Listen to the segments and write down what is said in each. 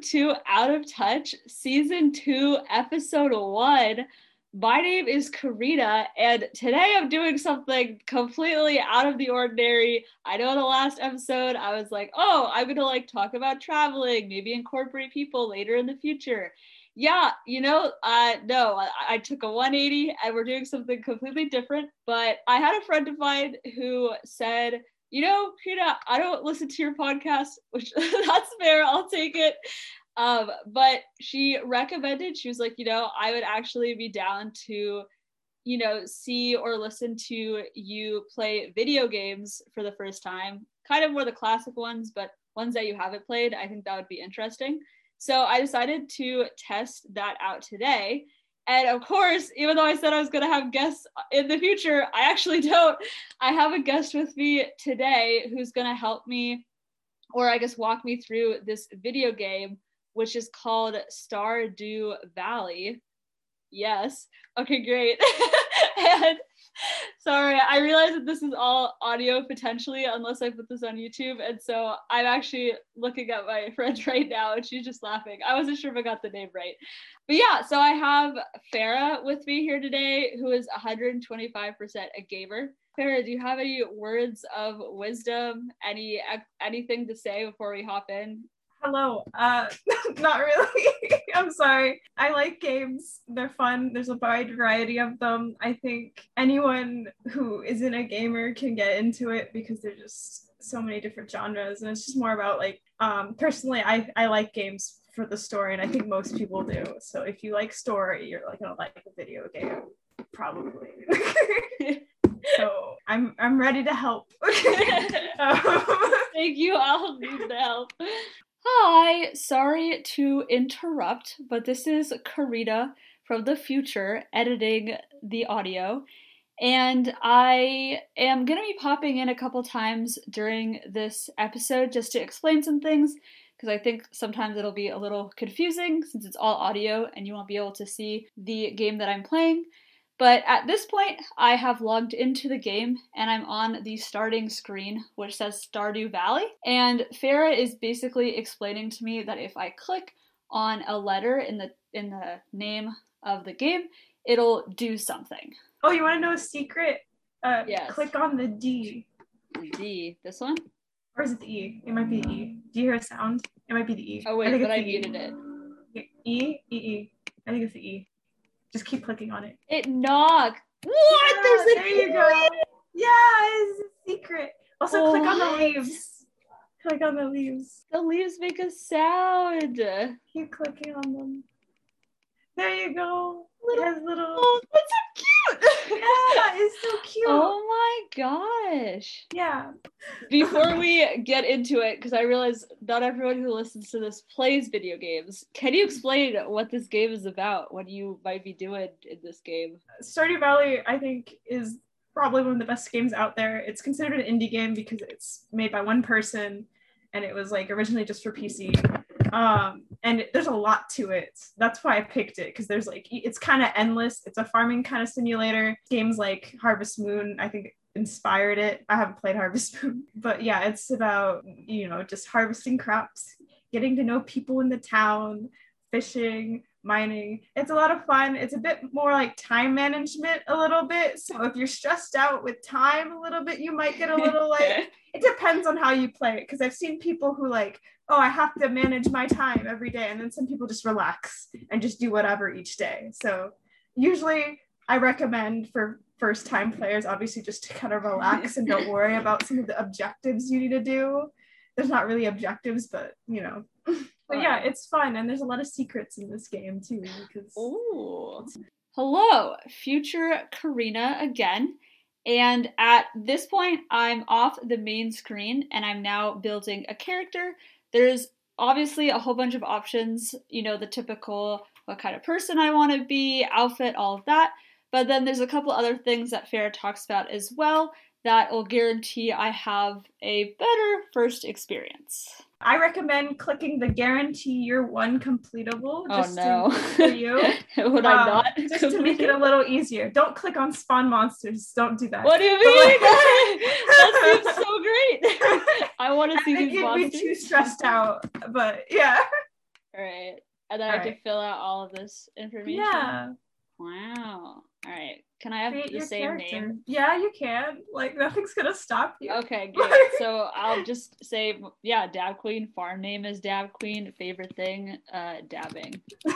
to Out of Touch, Season 2, Episode 1. My name is Karina, and today I'm doing something completely out of the ordinary. I know in the last episode I was like, oh, I'm gonna like talk about traveling, maybe incorporate people later in the future. Yeah, you know, uh, no, I, I took a 180 and we're doing something completely different. But I had a friend of mine who said, you know, Krina, I don't listen to your podcast, which that's fair. I'll take it. Um, but she recommended, she was like, you know, I would actually be down to, you know, see or listen to you play video games for the first time, kind of more the classic ones, but ones that you haven't played. I think that would be interesting. So I decided to test that out today. And of course, even though I said I was going to have guests in the future, I actually don't. I have a guest with me today who's going to help me, or I guess walk me through this video game, which is called Stardew Valley. Yes. Okay, great. and sorry, I realize that this is all audio potentially, unless I put this on YouTube. And so I'm actually looking at my friend right now and she's just laughing. I wasn't sure if I got the name right. But yeah, so I have Farah with me here today, who is 125% a gamer. Farah, do you have any words of wisdom, any anything to say before we hop in? Hello. Uh, not really. I'm sorry. I like games. They're fun. There's a wide variety of them. I think anyone who isn't a gamer can get into it because there's just so many different genres, and it's just more about like um, personally, I I like games for the story, and I think most people do. So if you like story, you're like gonna like a video game, probably. so I'm I'm ready to help. um, Thank you. I'll need the help. Hi, sorry to interrupt, but this is Karita from the future editing the audio. And I am going to be popping in a couple times during this episode just to explain some things because I think sometimes it'll be a little confusing since it's all audio and you won't be able to see the game that I'm playing. But at this point, I have logged into the game and I'm on the starting screen, which says Stardew Valley. And Farah is basically explaining to me that if I click on a letter in the in the name of the game, it'll do something. oh, you want to know a secret? Uh, Yes. Click on the D, D. This one? or is it the E? It might be the E. Do you hear a sound? It might be the E. Oh wait, think but it's I the E. muted it. E E E. I think it's the E. Just keep clicking on it. It knocked. What? Yeah, There's a there you go. Yeah, it's a secret. Also, click on What? the leaves. Click on the leaves. The leaves make a sound. Oh, Keep clicking on them. There you go. Little- Little. It has little. that's so Yeah, cute. it's so cute. oh my gosh. Yeah. Before we get into it, because I realize not everyone who listens to this plays video games, can you explain what this game is about? What you might be doing in this game? Stardew Valley, I think, is probably one of the best games out there. It's considered an indie game because it's made by one person and it was like originally just for PC. Um, and it- there's a lot to it. That's why I picked it because there's like, it's kind of endless. It's a farming kind of simulator. Games like Harvest Moon, I think, inspired it. I haven't played Harvest Moon, but yeah, it's about, you know, just harvesting crops, getting to know people in the town, fishing, mining. It's a lot of fun. It's a bit more like time management a little bit. So if you're stressed out with time a little bit, you might get a little like it depends on how you play it because I've seen people who like, oh, I have to manage my time every day and then some people just relax and just do whatever each day. So usually I recommend for first time players obviously just to kind of relax and don't worry about some of the objectives you need to do. There's not really objectives, but you know, but yeah, Right. it's fun, and there's a lot of secrets in this game too. Because Oh. Ooh. Hello, future Karina again. And at this point, I'm off the main screen and I'm now building a character. There's obviously a whole bunch of options, you know, the typical what kind of person I want to be, outfit, all of that. But then there's a couple other things that Farah talks about as well that will guarantee I have a better first experience. I recommend clicking the guarantee year one completable just oh to, no. for you, Would I Um, not? just to make it a little easier. Don't click on spawn monsters. Don't do that. What do you mean? that seems so great. I want to I see think these you'd be too monsters. stressed out, but yeah, All right. And then I All have to right. fill out all of this information. Yeah. Wow. All right. Can I have Create the your same character. name? Yeah, you can. Like nothing's gonna stop you. Okay, good. so I'll just say, yeah, Dab Queen. Farm name is Dab Queen. Favorite thing, uh, dabbing.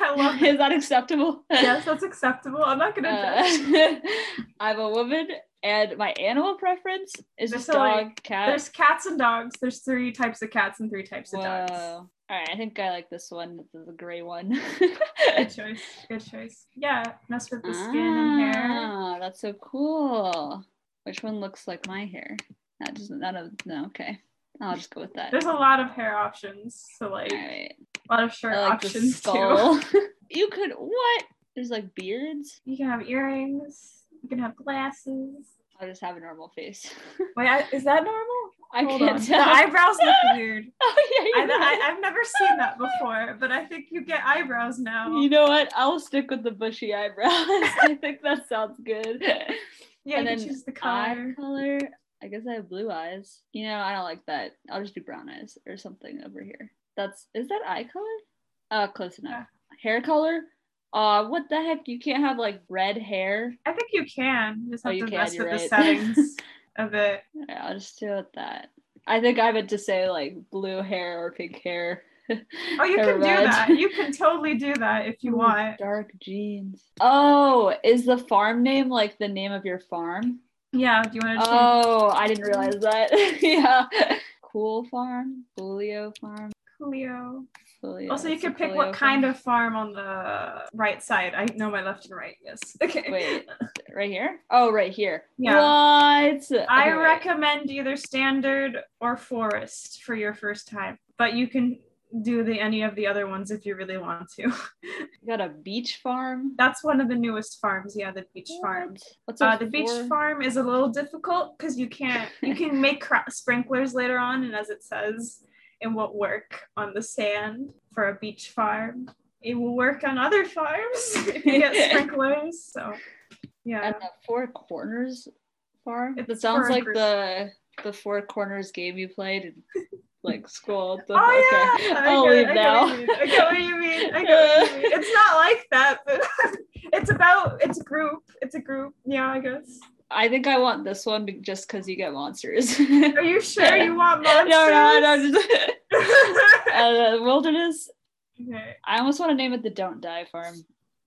I love it. is that acceptable? Yes, that's acceptable. I'm not gonna Uh, judge. I'm a woman, and my animal preference is There's just so, dog, like, cat. There's cats and dogs. There's three types of cats and three types of dogs. Whoa. All right, I think I like this one. This is the gray one. Good choice. Good choice. Yeah, mess with the skin and hair. Ah, that's so cool. Which one looks like my hair? That doesn't. That doesn't- no. Okay, I'll just go with that. There's a lot of hair options. So like All right. a lot of shirt I like the options too. skull. you could what? There's like beards. You can have earrings. You can have glasses. I'll just have a normal face. Wait, I, is that normal? I Hold can't on. tell. The eyebrows look weird. oh yeah, I, you're right. I, I've never seen that before, but I think you get eyebrows now. You know what? I'll stick with the bushy eyebrows. I think that sounds good. yeah, and you then can choose the Eye color. color. I guess I have blue eyes. You know, I don't like that. I'll just do brown eyes or something over here. That's is that eye color? Uh, close enough. Hair color. Uh, what the heck? You can't have like red hair. I think you can. You just Oh, have you to can, mess you're with the right. settings of it. Yeah, I'll just do it that. I think I meant to say like blue hair or pink hair. Oh, you Or can do red. that. You can totally do that if you Ooh, want. Dark jeans. Oh, is the farm name like the name of your farm? Yeah, do you want to change? Oh, I didn't realize that. yeah. Cool farm, Julio farm. Coolio. Julio. Also, you it's a can pick Julio what kind farm. of farm on the right side. I know my left and right. Yes. Okay. Wait, right here? Oh, right here. Yeah. What? I Okay, wait. recommend either standard or forest for your first time, but you can do the any of the other ones if you really want to. You got a beach farm. That's one of the newest farms. Yeah, the beach farm. What? What's Uh, a the beach four- farm is a little difficult because you can't you can make cra- sprinklers later on, and as it says, it won't work on the sand for a beach farm. It will work on other farms if you get sprinklers. So, yeah, And the Four Corners farm. It's that sounds for a like group. the the Four Corners game you played in like school. The- Oh okay. yeah, I I'll get leave it, now. I get what you mean. I get what you mean. I get what you mean. It's not like that, but it's about it's a group. It's a group. Yeah, I guess. I think I want this one be- just because you get monsters. Are you sure you want no, monsters? no, no. Just, uh, wilderness. okay. I almost want to name it the Don't Die Farm.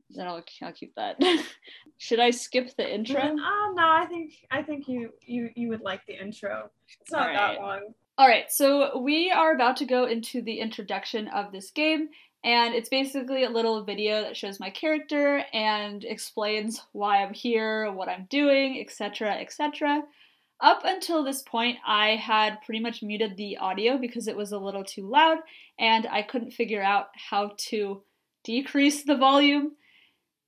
Then I'll, I'll keep that. Should I skip the intro? Oh no, I think I think you you you would like the intro. It's not Alright. that long. All right, so we are about to go into the introduction of this game, and it's basically a little video that shows my character and explains why I'm here, what I'm doing, etc., etc. Up until this point, I had pretty much muted the audio because it was a little too loud, and I couldn't figure out how to decrease the volume.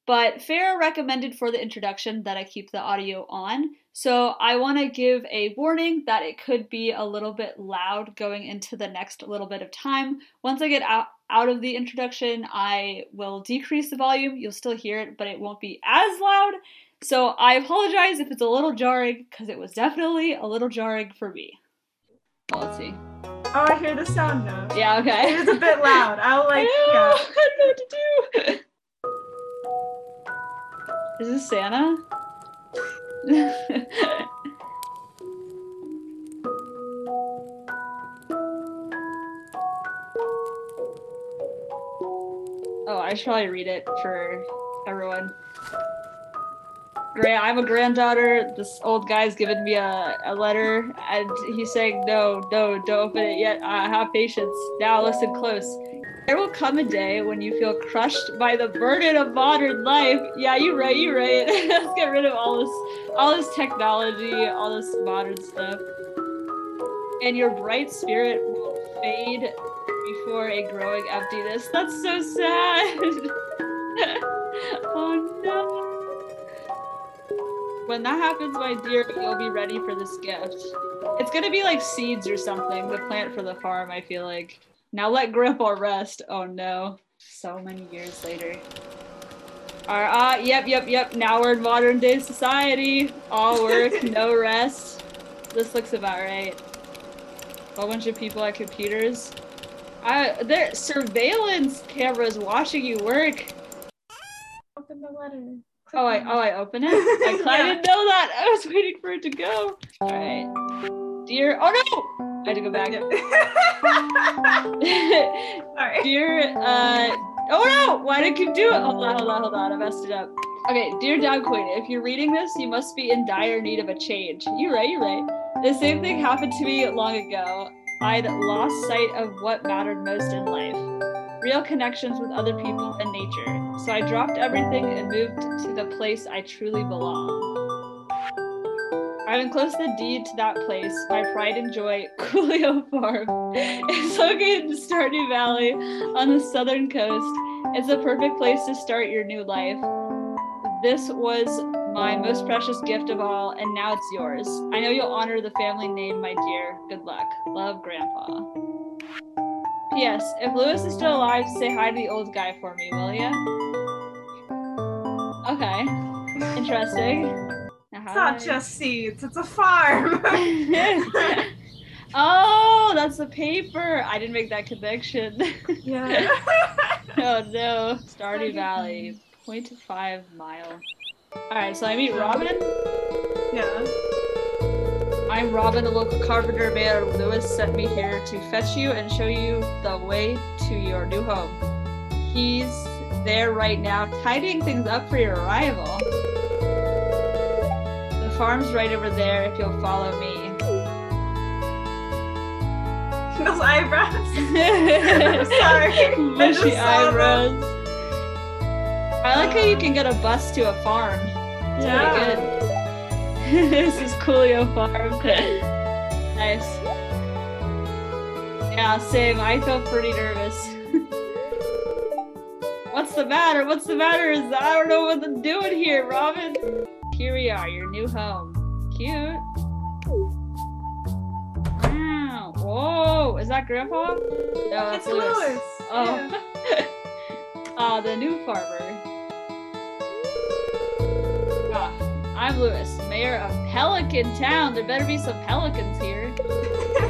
But Farah recommended for the introduction that I keep the audio on, so I want to give a warning that it could be a little bit loud going into the next little bit of time. Once I get out, out of the introduction, I will decrease the volume. You'll still hear it, but it won't be as loud. So I apologize if it's a little jarring because it was definitely a little jarring for me. Well, let's see. Oh, I hear the sound now. Yeah, okay. It is a bit loud. I'll I like know. yeah. I don't know what to do. Is this Santa? oh, I should probably read it for everyone. Gra- I'm a granddaughter. This old guy's given me a, a letter, and he's saying, No, no, don't open it yet. Uh, have patience. Now listen close. There will come a day when you feel crushed by the burden of modern life. Yeah, you're right, you're right. Let's get rid of all this all this technology, all this modern stuff. And your bright spirit will fade before a growing emptiness. That's so sad. oh no. When that happens, my dear, you'll be ready for this gift. It's gonna be like seeds or something, the plant for the farm, I feel like. Now let Grandpa rest. Oh no. So many years later. Our, ah, yep, yep, yep. Now we're in modern day society. All work, no rest. This looks about right. A whole bunch of people at computers. I, there surveillance cameras watching you work. Open the letter. Click Oh, I on oh I open it. I, cl- I Yeah. didn't know that. I was waiting for it to go. All right, dear. Oh no! I had to go back. it. Sorry. dear. Uh. Oh no! Why did you do it? Hold on, hold on, hold on. I messed it up. Okay, dear Dog Queen. If you're reading this, you must be in dire need of a change. You're right. You're right. The same thing happened to me long ago. I'd lost sight of what mattered most in life real connections with other people and nature. So I dropped everything and moved to the place I truly belong. I've enclosed the deed to that place, my pride and joy, Coolio Farm. It's located in Stardew Valley on the southern coast. It's the perfect place to start your new life. This was my most precious gift of all, and now it's yours. I know you'll honor the family name, my dear. Good luck. Love, Grandpa. P.S. If Lewis is still alive, say hi to the old guy for me, will ya? Okay. Interesting. Now It's how not do I- just seeds, it's a farm. oh, that's the paper. I didn't make that connection. yeah. oh no. Stardew Stardew Valley, 0.5 mile. Alright, so I meet Robin. Yeah. I'm Robin, the local carpenter. Mayor Lewis sent me here to fetch you and show you the way to your new home. He's there right now, tidying things up for your arrival. The farm's right over there if you'll follow me. Those eyebrows. I'm Sorry. sorry. I just Mushy saw them. eyebrows. Uh, I like how you can get a bus to a farm. It's Yeah. pretty good. this is Coolio Farm. nice. Yeah, same. I felt pretty nervous. What's the matter? What's the matter? Is I don't know what I'm doing here, Robin. Here we are, your new home. Cute. Wow. Whoa. Is that Grandpa? No, that's It's Lewis. Yeah. Oh. Ah, the new farmer. Ah, I'm Lewis, mayor of Pelican Town. There better be some pelicans here.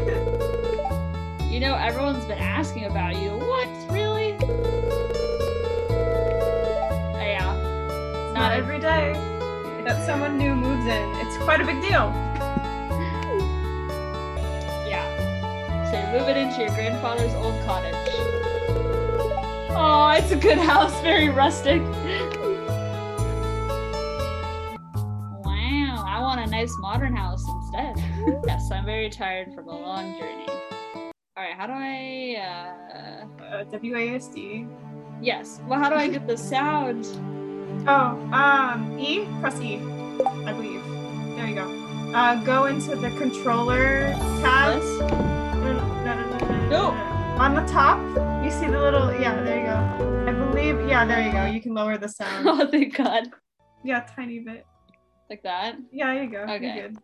You know, everyone's been asking about you. What? Really? Ah, yeah. Not every day that someone new moves in. It's quite a big deal. Yeah. So you're moving into your grandfather's old cottage. Oh, it's a good house, very rustic. wow, I want a nice modern house instead. yes, I'm very tired from a long journey. All right, how do I? Uh... Uh, WASD. Yes. Well, how do I get the sound? Oh, um, E? Press E, I believe. There you go. Uh, go into the controller tab. This? No, no, no, no, no, No. no. On the top, you see the little, yeah, there you go. I believe, yeah, there you go. You can lower the sound. Oh, thank God. yeah, tiny bit. Like that. Yeah, there you go. Okay. You're good.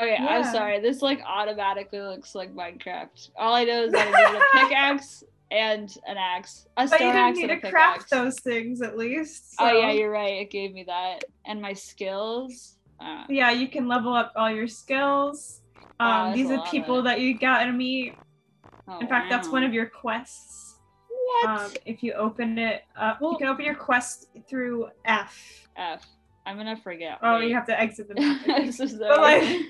Okay, I'm Yeah. sorry. This like automatically looks like Minecraft. All I know is that I need a pickaxe and an axe. A But stone you didn't axe need and a to pickaxe. craft those things at least. Oh so- yeah, you're right. It gave me that. And my skills. Uh, yeah, you can level up all your skills. Wow, Um, that's these a are lot of Oh, it. people that you got to meet. oh, In fact, that's wow. one of your quests. what Um, if you open it up, Well- you can open your quest through F. F. I'm gonna forget. Oh, Wait. you have to exit the map. I'm so sorry. but like,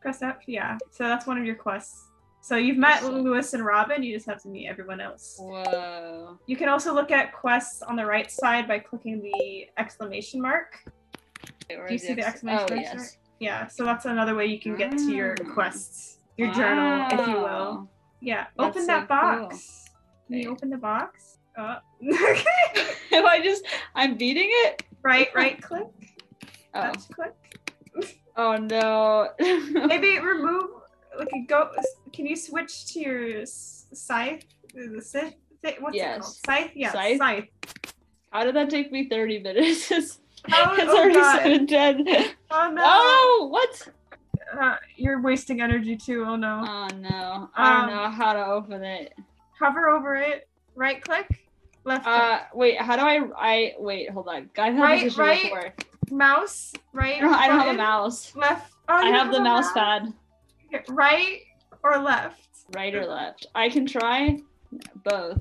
press F. Yeah. So that's one of your quests. So you've met Awesome. Lewis and Robin. You just have to meet everyone else. Oh. Whoa. You can also look at quests on the right side by clicking the exclamation mark. Wait, where Do you is see the ex- exclamation Oh mark? yes. Yeah. So that's another way you can get to your Mm. quests, your journal, if you will. Wow. Yeah. That's open so that box. Can Okay. you open the box? Uh, Am I just? I'm beating it. right, right click, Oh. left click. Oh no. Maybe remove. Like go. Can you switch to your s- scythe? The scythe. What's it called? Yes. Scythe. Yeah. Scythe? Scythe. How did that take me 30 minutes? it's Oh, oh already God. 7:10. Oh no. Oh, what? Uh, you're wasting energy too. Oh no. Oh no. I don't Um, know how to open it. Hover over it. Right click. Left Uh wait, how do I I wait, hold on. I have Right, this issue right. before. click. Mouse. Right. I don't, I don't have a button, mouse. Left. Oh, I you have the a mouse pad. Okay, Right or left. Right or left. I can try. both.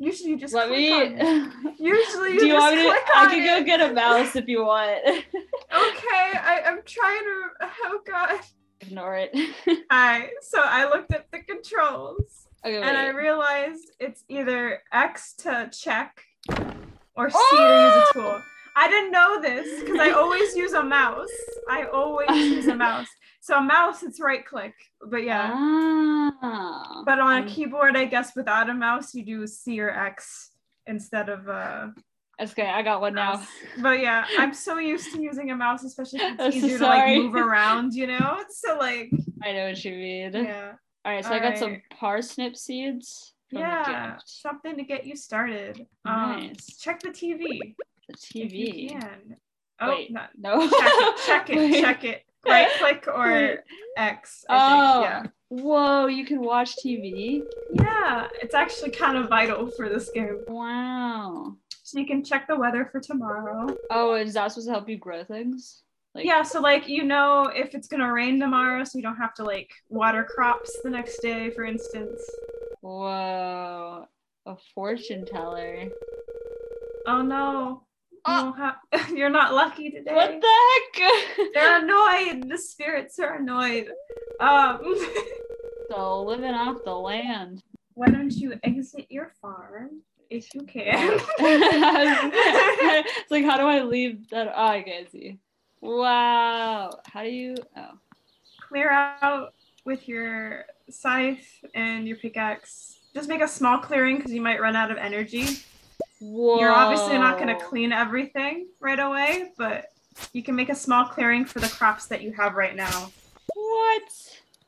Usually you just Let click me. on it. Usually you do you just want me to? click I on can go it. get a mouse if you want. Okay, I, I'm trying to oh god. Ignore it. Hi. So I looked at the controls okay. and I wait. realized it's either X to check or C Oh! to use a tool. I didn't know this because I always use a mouse. I always use a mouse. So a mouse, it's right click. But yeah. Oh. Ah. But on a Um, keyboard, I guess without a mouse, you do C or X instead of uh That's okay. I got one now. mouse. But yeah, I'm so used to using a mouse, especially if I'm it's so easier sorry. to like move around, you know? So like I know what you mean. yeah. All right, so I got some parsnip seeds from the Yeah. gift. Something to get you started. Um Nice. check the TV. The If you TV. can. Oh Wait. not No. check it, check it, Wait. check it. Right click or X. Oh. I think. Whoa, you can watch TV. Yeah. Yeah. It's actually kind of vital for this game. Wow. So you can check the weather for tomorrow. Oh, is that supposed to help you grow things? Like- yeah, so like you know if it's gonna rain tomorrow, so you don't have to like water crops the next day, for instance. Whoa. A fortune teller. Oh no, you Ah. don't have- you're not lucky today. What the heck? They're annoyed. The spirits are annoyed. Um, so living off the land. why don't you exit your farm if you can? it's like, how do I leave that? Oh, I can see. Wow. How do you? Oh, Clear out with your scythe and your pickaxe. Just make a small clearing because you might run out of energy. whoa. You're obviously not going to clean everything right away, but you can make a small clearing for the crops that you have right now. What?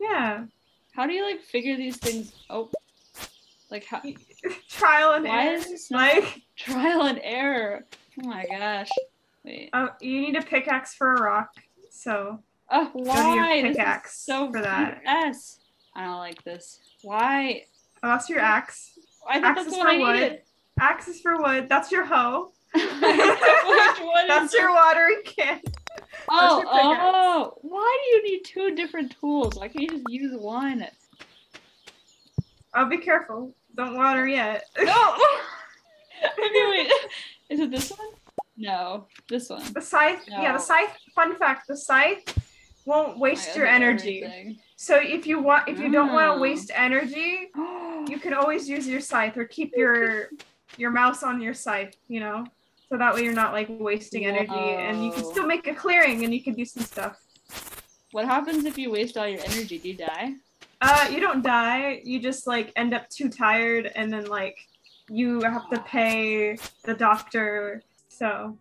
Yeah, How do you like figure these things? Oh, like how? trial and Why error. is this not Like. trial and error? Oh my gosh. Wait. Oh, you need a pickaxe for a rock. So Oh, why? This is pickaxe so for that. BS. I don't like this. Why? oh, that's your axe. I thought Axe that's is what for I wood. needed. Axe is for wood. That's your hoe. Which one is That's your watering can. Oh, your pickaxe. oh. Why do you need two different tools? Why can't you just use one? Oh, be careful. Don't water yet. No. okay, wait. Is it this one? No, this one. The scythe. Yeah, No. the scythe. Fun fact: the scythe won't waste I your opened energy. everything. So if you want, if you don't want Mm. to waste energy, you can always use your scythe or keep your your mouse on your scythe. You know, so that way you're not like wasting energy, and you can Whoa. still make a clearing and you can do some stuff. What happens if you waste all your energy? Do you die? Uh, you don't die. You just like end up too tired, and then like you have to pay the doctor. So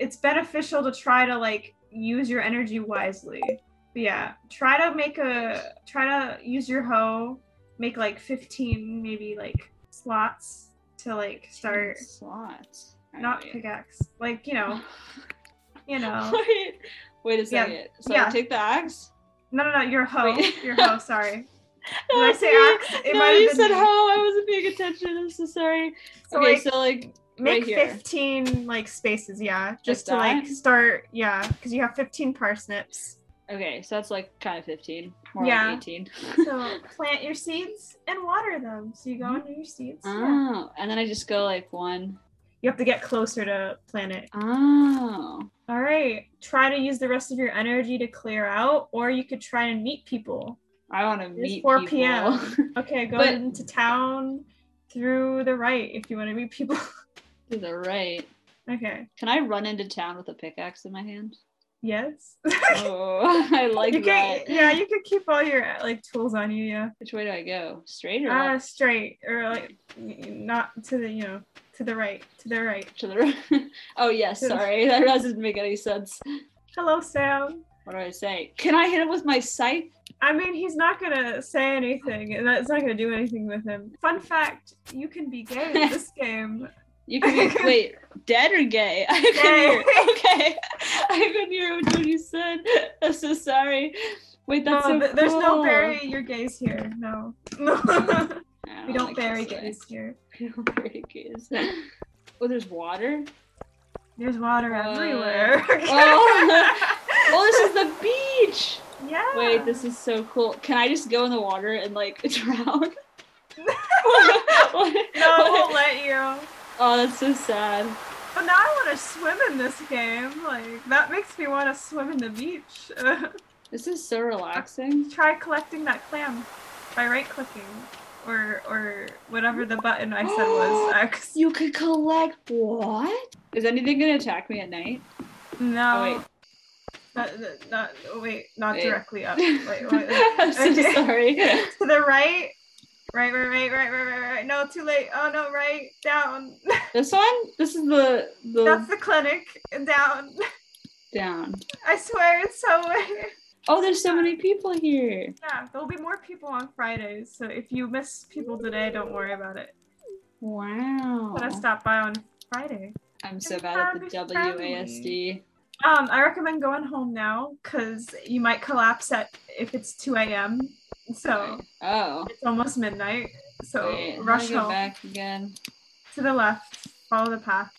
it's beneficial to try to like use your energy wisely. But yeah, try to make a try to use your hoe. Make like fifteen, maybe like slots to like start. Slots. Not Alright. pickaxe. Like you know, you know. Wait. Wait a Yeah, second. So yeah. take the axe. No, no, no. Your hoe. Wait. Your hoe. Sorry. Did I say Okay. axe? It no, might have you been said me. how I wasn't paying attention. I'm so sorry. So, okay, like, so like make Right here. 15 like spaces yeah just to that? like start yeah because you have 15 parsnips okay, so that's like kind of 15, more Yeah. like 18. so plant your seeds and water them so you Mm-hmm. go under your seeds yeah. Oh, and then I just go like one. you have to get closer to plant it Oh, all right try to use the rest of your energy to clear out or you could try and meet people I want to it's meet 4 people. p.m okay go But- into town through the right if you want to meet people to the right. okay Can I run into town with a pickaxe in my hand? yes Oh, I like you can that. yeah you could keep all your like tools on you yeah Which way do I go? Straight or Ah, left? straight or like n- n- not to the you know to the right to the right. to the right? oh yes, To the- sorry, that doesn't make any sense. Hello, Sam. What do I say? Can I hit him with my scythe? I mean, he's not gonna say anything, and that's not gonna do anything with him. Fun fact: you can be gay in this game. You can be, wait, dead or gay? I couldn't Gay. hear. Okay, I couldn't hear what you said. I'm so sorry. Wait, that's no, so th- there's no cool. bury your gays here. No, no, I we don't like bury this way. gays here. We don't bury gays. Oh, there's water. There's water Uh, everywhere. oh. Oh, this is the beach. yeah. Wait, this is so cool. Can I just go in the water and like drown? What- No, I what- won't let you. Oh, that's so sad. But now I want to swim in this game. Like that makes me want to swim in the beach. This is so relaxing. Try collecting that clam by right clicking, or or whatever the button I said was X. You could collect what? Is anything gonna attack me at night? No. Oh, wait. Not, not- not, oh, wait, not Wait. directly up. Wait, wait, wait. I'm so Okay. sorry. to the right. Right, right, right, right, right, right, right. No, too late. Oh no, right down. This one? This is the the That's the clinic. Down. down. I swear it's so weird. Oh, there's so many people here. Yeah, there'll be more people on Fridays, so if you miss people today, don't worry about it. Wow. I'm gonna stop by on Friday. I'm so bad at the Happy WASD. Um, I recommend going home now because you might collapse at if it's 2 a.m. So Oh. it's almost midnight. So Wait, how do I Oh, rush go home back again. to the left, follow the path.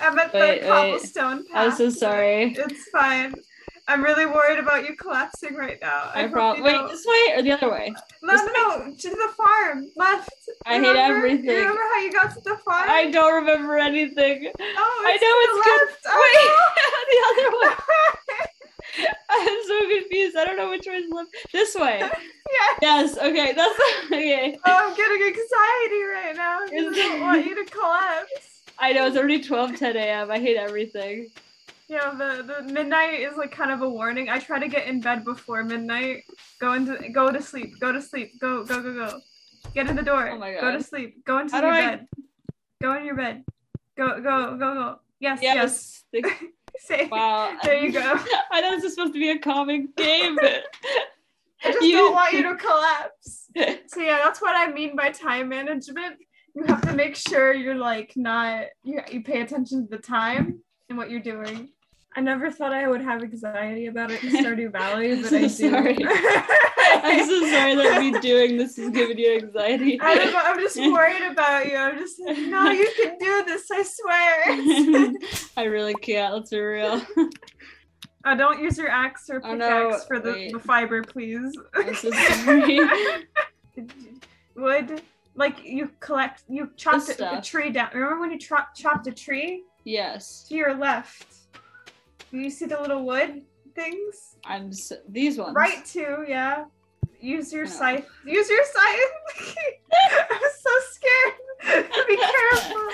I'm at Wait, wait. the cobblestone path. I'm uh, so sorry. It's fine. I'm really worried about you collapsing right now. I hope prob- you wait, don't- this way or the other way? No, this no, no, to the farm, left. I hate everything. You remember how you got to the farm? I don't remember anything. Oh, I it's know to the it's good- left. Wait, Oh, the other way. I'm so confused. I don't know which way is left. This way. Yes. Yes. Okay. That's okay. no. Oh, I'm getting anxiety right now. 'cause I It's- don't want you to collapse. I know it's already 12, 10 a.m. I hate everything. Yeah, the, the midnight is like kind of a warning. I try to get in bed before midnight. Go into go to sleep. Go to sleep. Go go go go. Get in the door. Oh my Go God. to sleep. Go into How do your I- bed. Go in your bed. Go go go go. Yes yes. Yes. Like, Say Wow. there you go. I know this is supposed to be a comic game. I just You- don't want you to collapse. So yeah, that's what I mean by time management. You have to make sure you're like not you, you pay attention to the time and what you're doing. I never thought I would have anxiety about it in Stardew Valley, I'm but so I do. sorry. I'm so sorry that me doing this is giving you anxiety. I don't know, I'm just worried about you. I'm just like, no, you can do this. I swear. I really can't. Let's be real. oh, don't use your axe or Oh, pickaxe no, for the, wait. the fiber, please. I'm so sorry. wood like you collect you chopped This it, a stuff. tree down remember when you tro- chopped a tree Yes. to your left do you see the little wood things I'm so, these ones. right to yeah use your No. scythe use your scythe i'm so scared be careful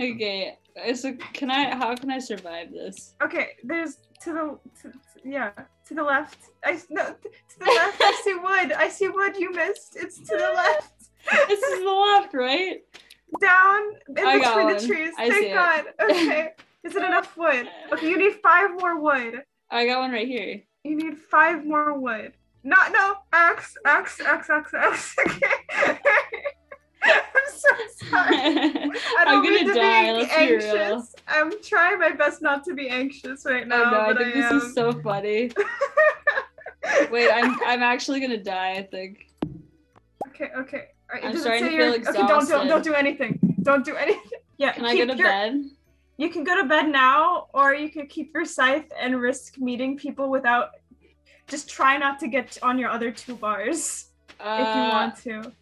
Okay. So can I? How can I survive this? okay there's to the to, to- yeah to the left i s- no t- to the left i see wood i see wood you missed it's to the left This is the left, right? down in I got between the one. trees. I see Thank it. God. Okay. Is it enough wood? Okay, you need five more wood. I got one right here. You need five more wood. Not no axe, axe, axe, axe, axe. Okay. I'm so sorry. Oh, I don't I'm mean gonna to die, be let's be anxious. real. I'm trying my best not to be anxious right I now. know. I but think I this is so funny. am. Wait, I'm I'm actually gonna die. I think. Okay, okay. All right, I'm does it starting say to you're- feel Okay, don't do exhausted. don't do anything. Don't do anything. Yeah. Can I go keep to your- bed? You can go to bed now, or you could keep your scythe and risk meeting people without. Just try not to get on your other two bars Uh, if you want to.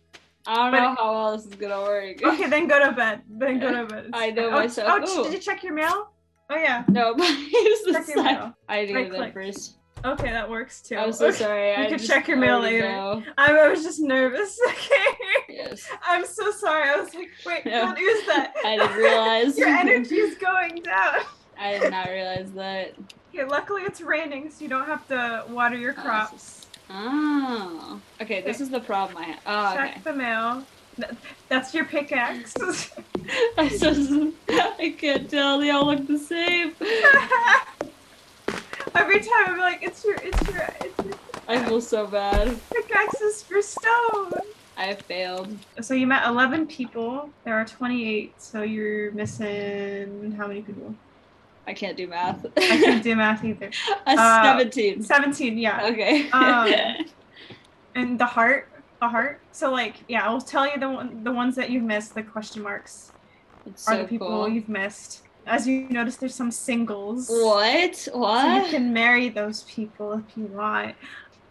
I don't but- know how well this is gonna work. Okay, then go to bed. Then go to bed. I know oh, myself. Oh, ch- Ooh. did you check your mail? Oh yeah. No, but it's the Check your side. mail. I didn't go to bed Right first. Okay, that works too. I'm so Okay. sorry. You I can just check your mail already later. know. I, I was just nervous. Okay. Yes. I'm so sorry. I was like, wait, No. don't use that. I didn't realize. your energy is going down. I did not realize that. Okay, luckily it's raining, so you don't have to water your Oh, crops. Oh. Okay, this is the problem I have. Oh, okay. Check the mail. Th- That's your pickaxe. Mm. I just, I can't tell. They all look the same. Every time I'm like, it's your, it's your, it's your I feel so bad. pickaxe is for stone. I failed. So you met 11 people. There are 28, so you're missing how many people? I can't do math. I can't do math either. A Uh, 17. 17, yeah. Okay. um, And the heart, the heart. So like, yeah, I'll tell you the one, the ones that you've missed, the question marks. it's are so the people cool. you've missed. As you notice, there's some singles. What? So you What? can marry those people if you want.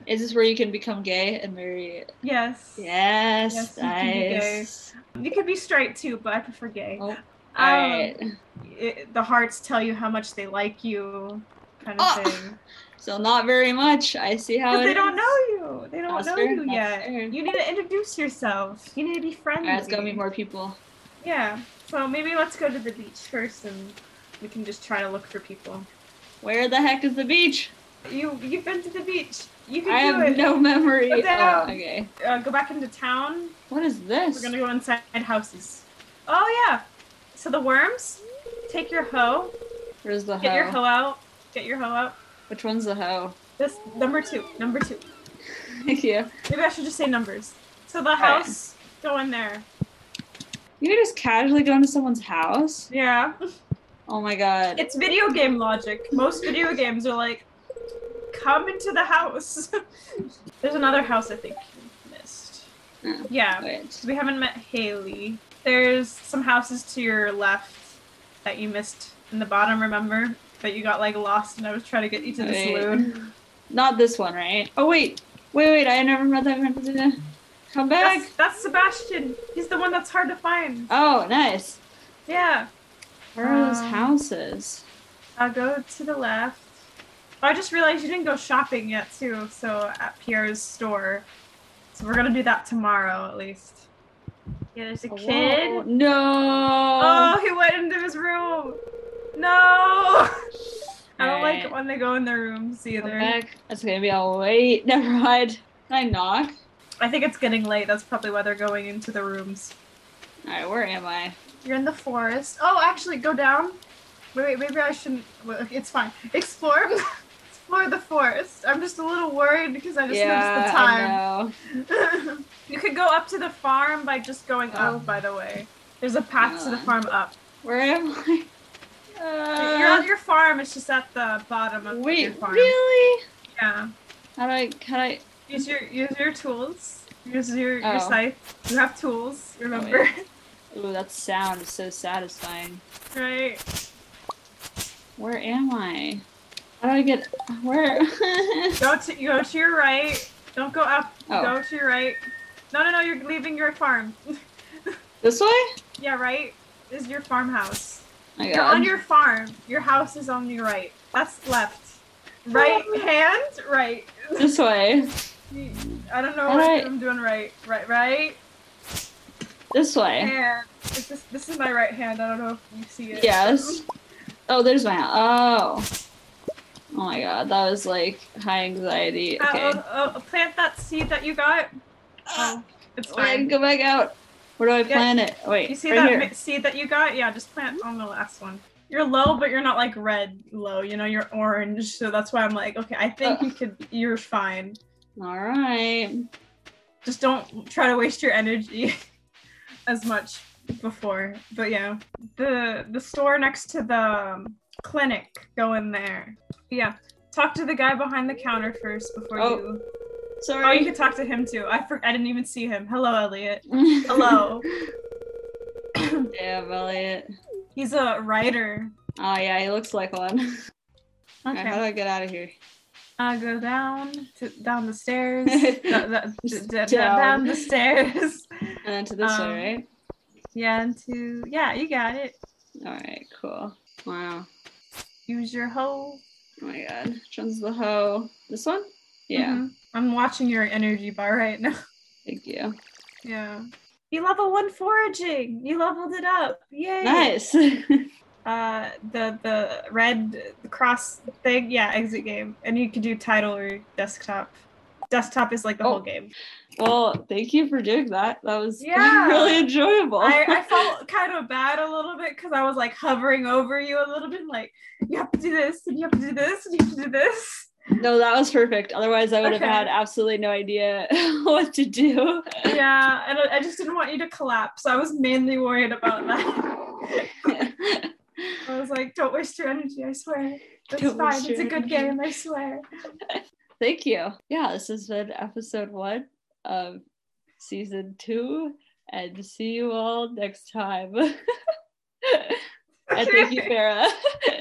Is this where you can become gay and marry? Yes. Yes, Yes, you can be gay. nice. You could be straight too, but I prefer gay. Oh, Um, All right. it- the hearts tell you how much they like you, kind of Oh, thing. So not very much. I see how Because it they don't is. know you. They don't That's know fair, you that's yet. fair. You need to introduce yourself. You need to be friendly. Alright, it's gonna be more people. Yeah. So maybe let's go to the beach first, and we can just try to look for people. Where the heck is the beach? You you've been to the beach. You can I do have it. no memory. Sit down. Oh, okay. uh, go back into town. What is We're this? gonna go inside houses. Oh yeah. So the worms. Take your hoe. Where's the Get your hoe? hoe out. Get your hoe out. Which one's the hoe? This number two. Number two. yeah. Maybe I should just say numbers. So the right. house. Go in there. You could just casually go into someone's house. Yeah. Oh my god. It's video game logic. Most video games are like, come into the house. There's another house I think you missed. Oh. Yeah. Wait. We haven't met Haley. There's some houses to your left that you missed in the bottom, remember? That you got like lost and I was trying to get you to the Wait. saloon. Not this one, right? Oh wait, wait, wait. I never met that one. Come back. That's, that's Sebastian. He's the one that's hard to find. Oh, nice. Yeah. Where are those Um, houses? I'll go to the left. Oh, I just realized you didn't go shopping yet, too. So at Pierre's store. So we're gonna do that tomorrow, at least. Yeah, there's a kid. Oh, Whoa, No. Oh, he went into his room. No. I don't like it Alright. when they go in their rooms either. Come back. That's gonna be a wait. Never mind. Can I knock? I think it's getting late. That's probably why they're going into the rooms. All right. Where am I? You're in the forest. Oh, actually, go down. Wait, wait maybe I shouldn't. well, okay, It's fine. Explore. Explore the forest. I'm just a little worried because I just noticed the time. I know. you could go up to the farm by just going Oh. up, by the way. There's a path to the Uh. farm up. Where am I? You're Uh, on your farm, it's just at the bottom of your wait, farm. really? Yeah. How do I? Can I? Use your use your tools. Use your, Oh. your scythe. You have tools, remember? Ooh, that sound is so satisfying. right. Where am I? How do I get? Where? Go to you go to your right. Don't go up. Oh. Go to your right. No no no, you're leaving your farm. this way? yeah, right is your farmhouse. My You're on God. your farm. Your house is on your right. That's left. Right hand, right. This way. I don't know All what right. I'm doing right. Right, right. This way. And is this this is my right hand. I don't know if you see it. Yes. Oh, there's my house. Oh. Oh my god, that was like high anxiety. Uh, Okay. oh, oh, plant that seed that you got. Oh, it's Wait, fine. go back out. Where do I Yeah. plant it? Wait, You see right that here. mi- seed that you got? Yeah, just plant on the last one. You're low, but you're not like red low. You know, you're orange. So that's why I'm like, okay, I think Uh. you could. You're fine. All right. Oh, Just don't try to waste your energy as much before. But yeah, the the store next to the um, clinic. Go in there. Yeah. Talk to the guy behind the counter first before Oh. you. Oh, you Sorry. can talk to him too. I for- I didn't even see him. Hello, Elliot. Hello. Damn, Elliot. He's a writer. Oh yeah, he looks like one. All right, how do Okay. I get out of here? I go down to down the stairs. Da- da- d- d- da- Down. down the stairs. And then Uh, to this Um, way, Yeah, and to yeah, you got it. right? All right, cool. Wow. Use your hoe. Oh my god. Which one's the hoe? This one? Yeah. Mhm. I'm watching your energy bar right now. Thank you. Yeah. You level one foraging. You leveled it up. Yay. Nice. Uh, the the red cross thing. Yeah, exit game, and you could do title or desktop. Desktop is like the Oh. whole game. well, thank you for doing that. That was Yeah. really enjoyable. I, I felt kind of bad a little bit because I was like hovering over you a little bit, like you have to do this and you have to do this and you have to do this. no, that was perfect. Otherwise, I would have Okay. had absolutely no idea what to do. Yeah, and I, I just didn't want you to collapse. I was mainly worried about that. I was like, don't waste your energy. I swear, it's Don't fine. waste It's a your good energy. game. I swear. Thank you. Yeah, this has been episode one of season two, and see you all next time. and thank you, Okay. Farah.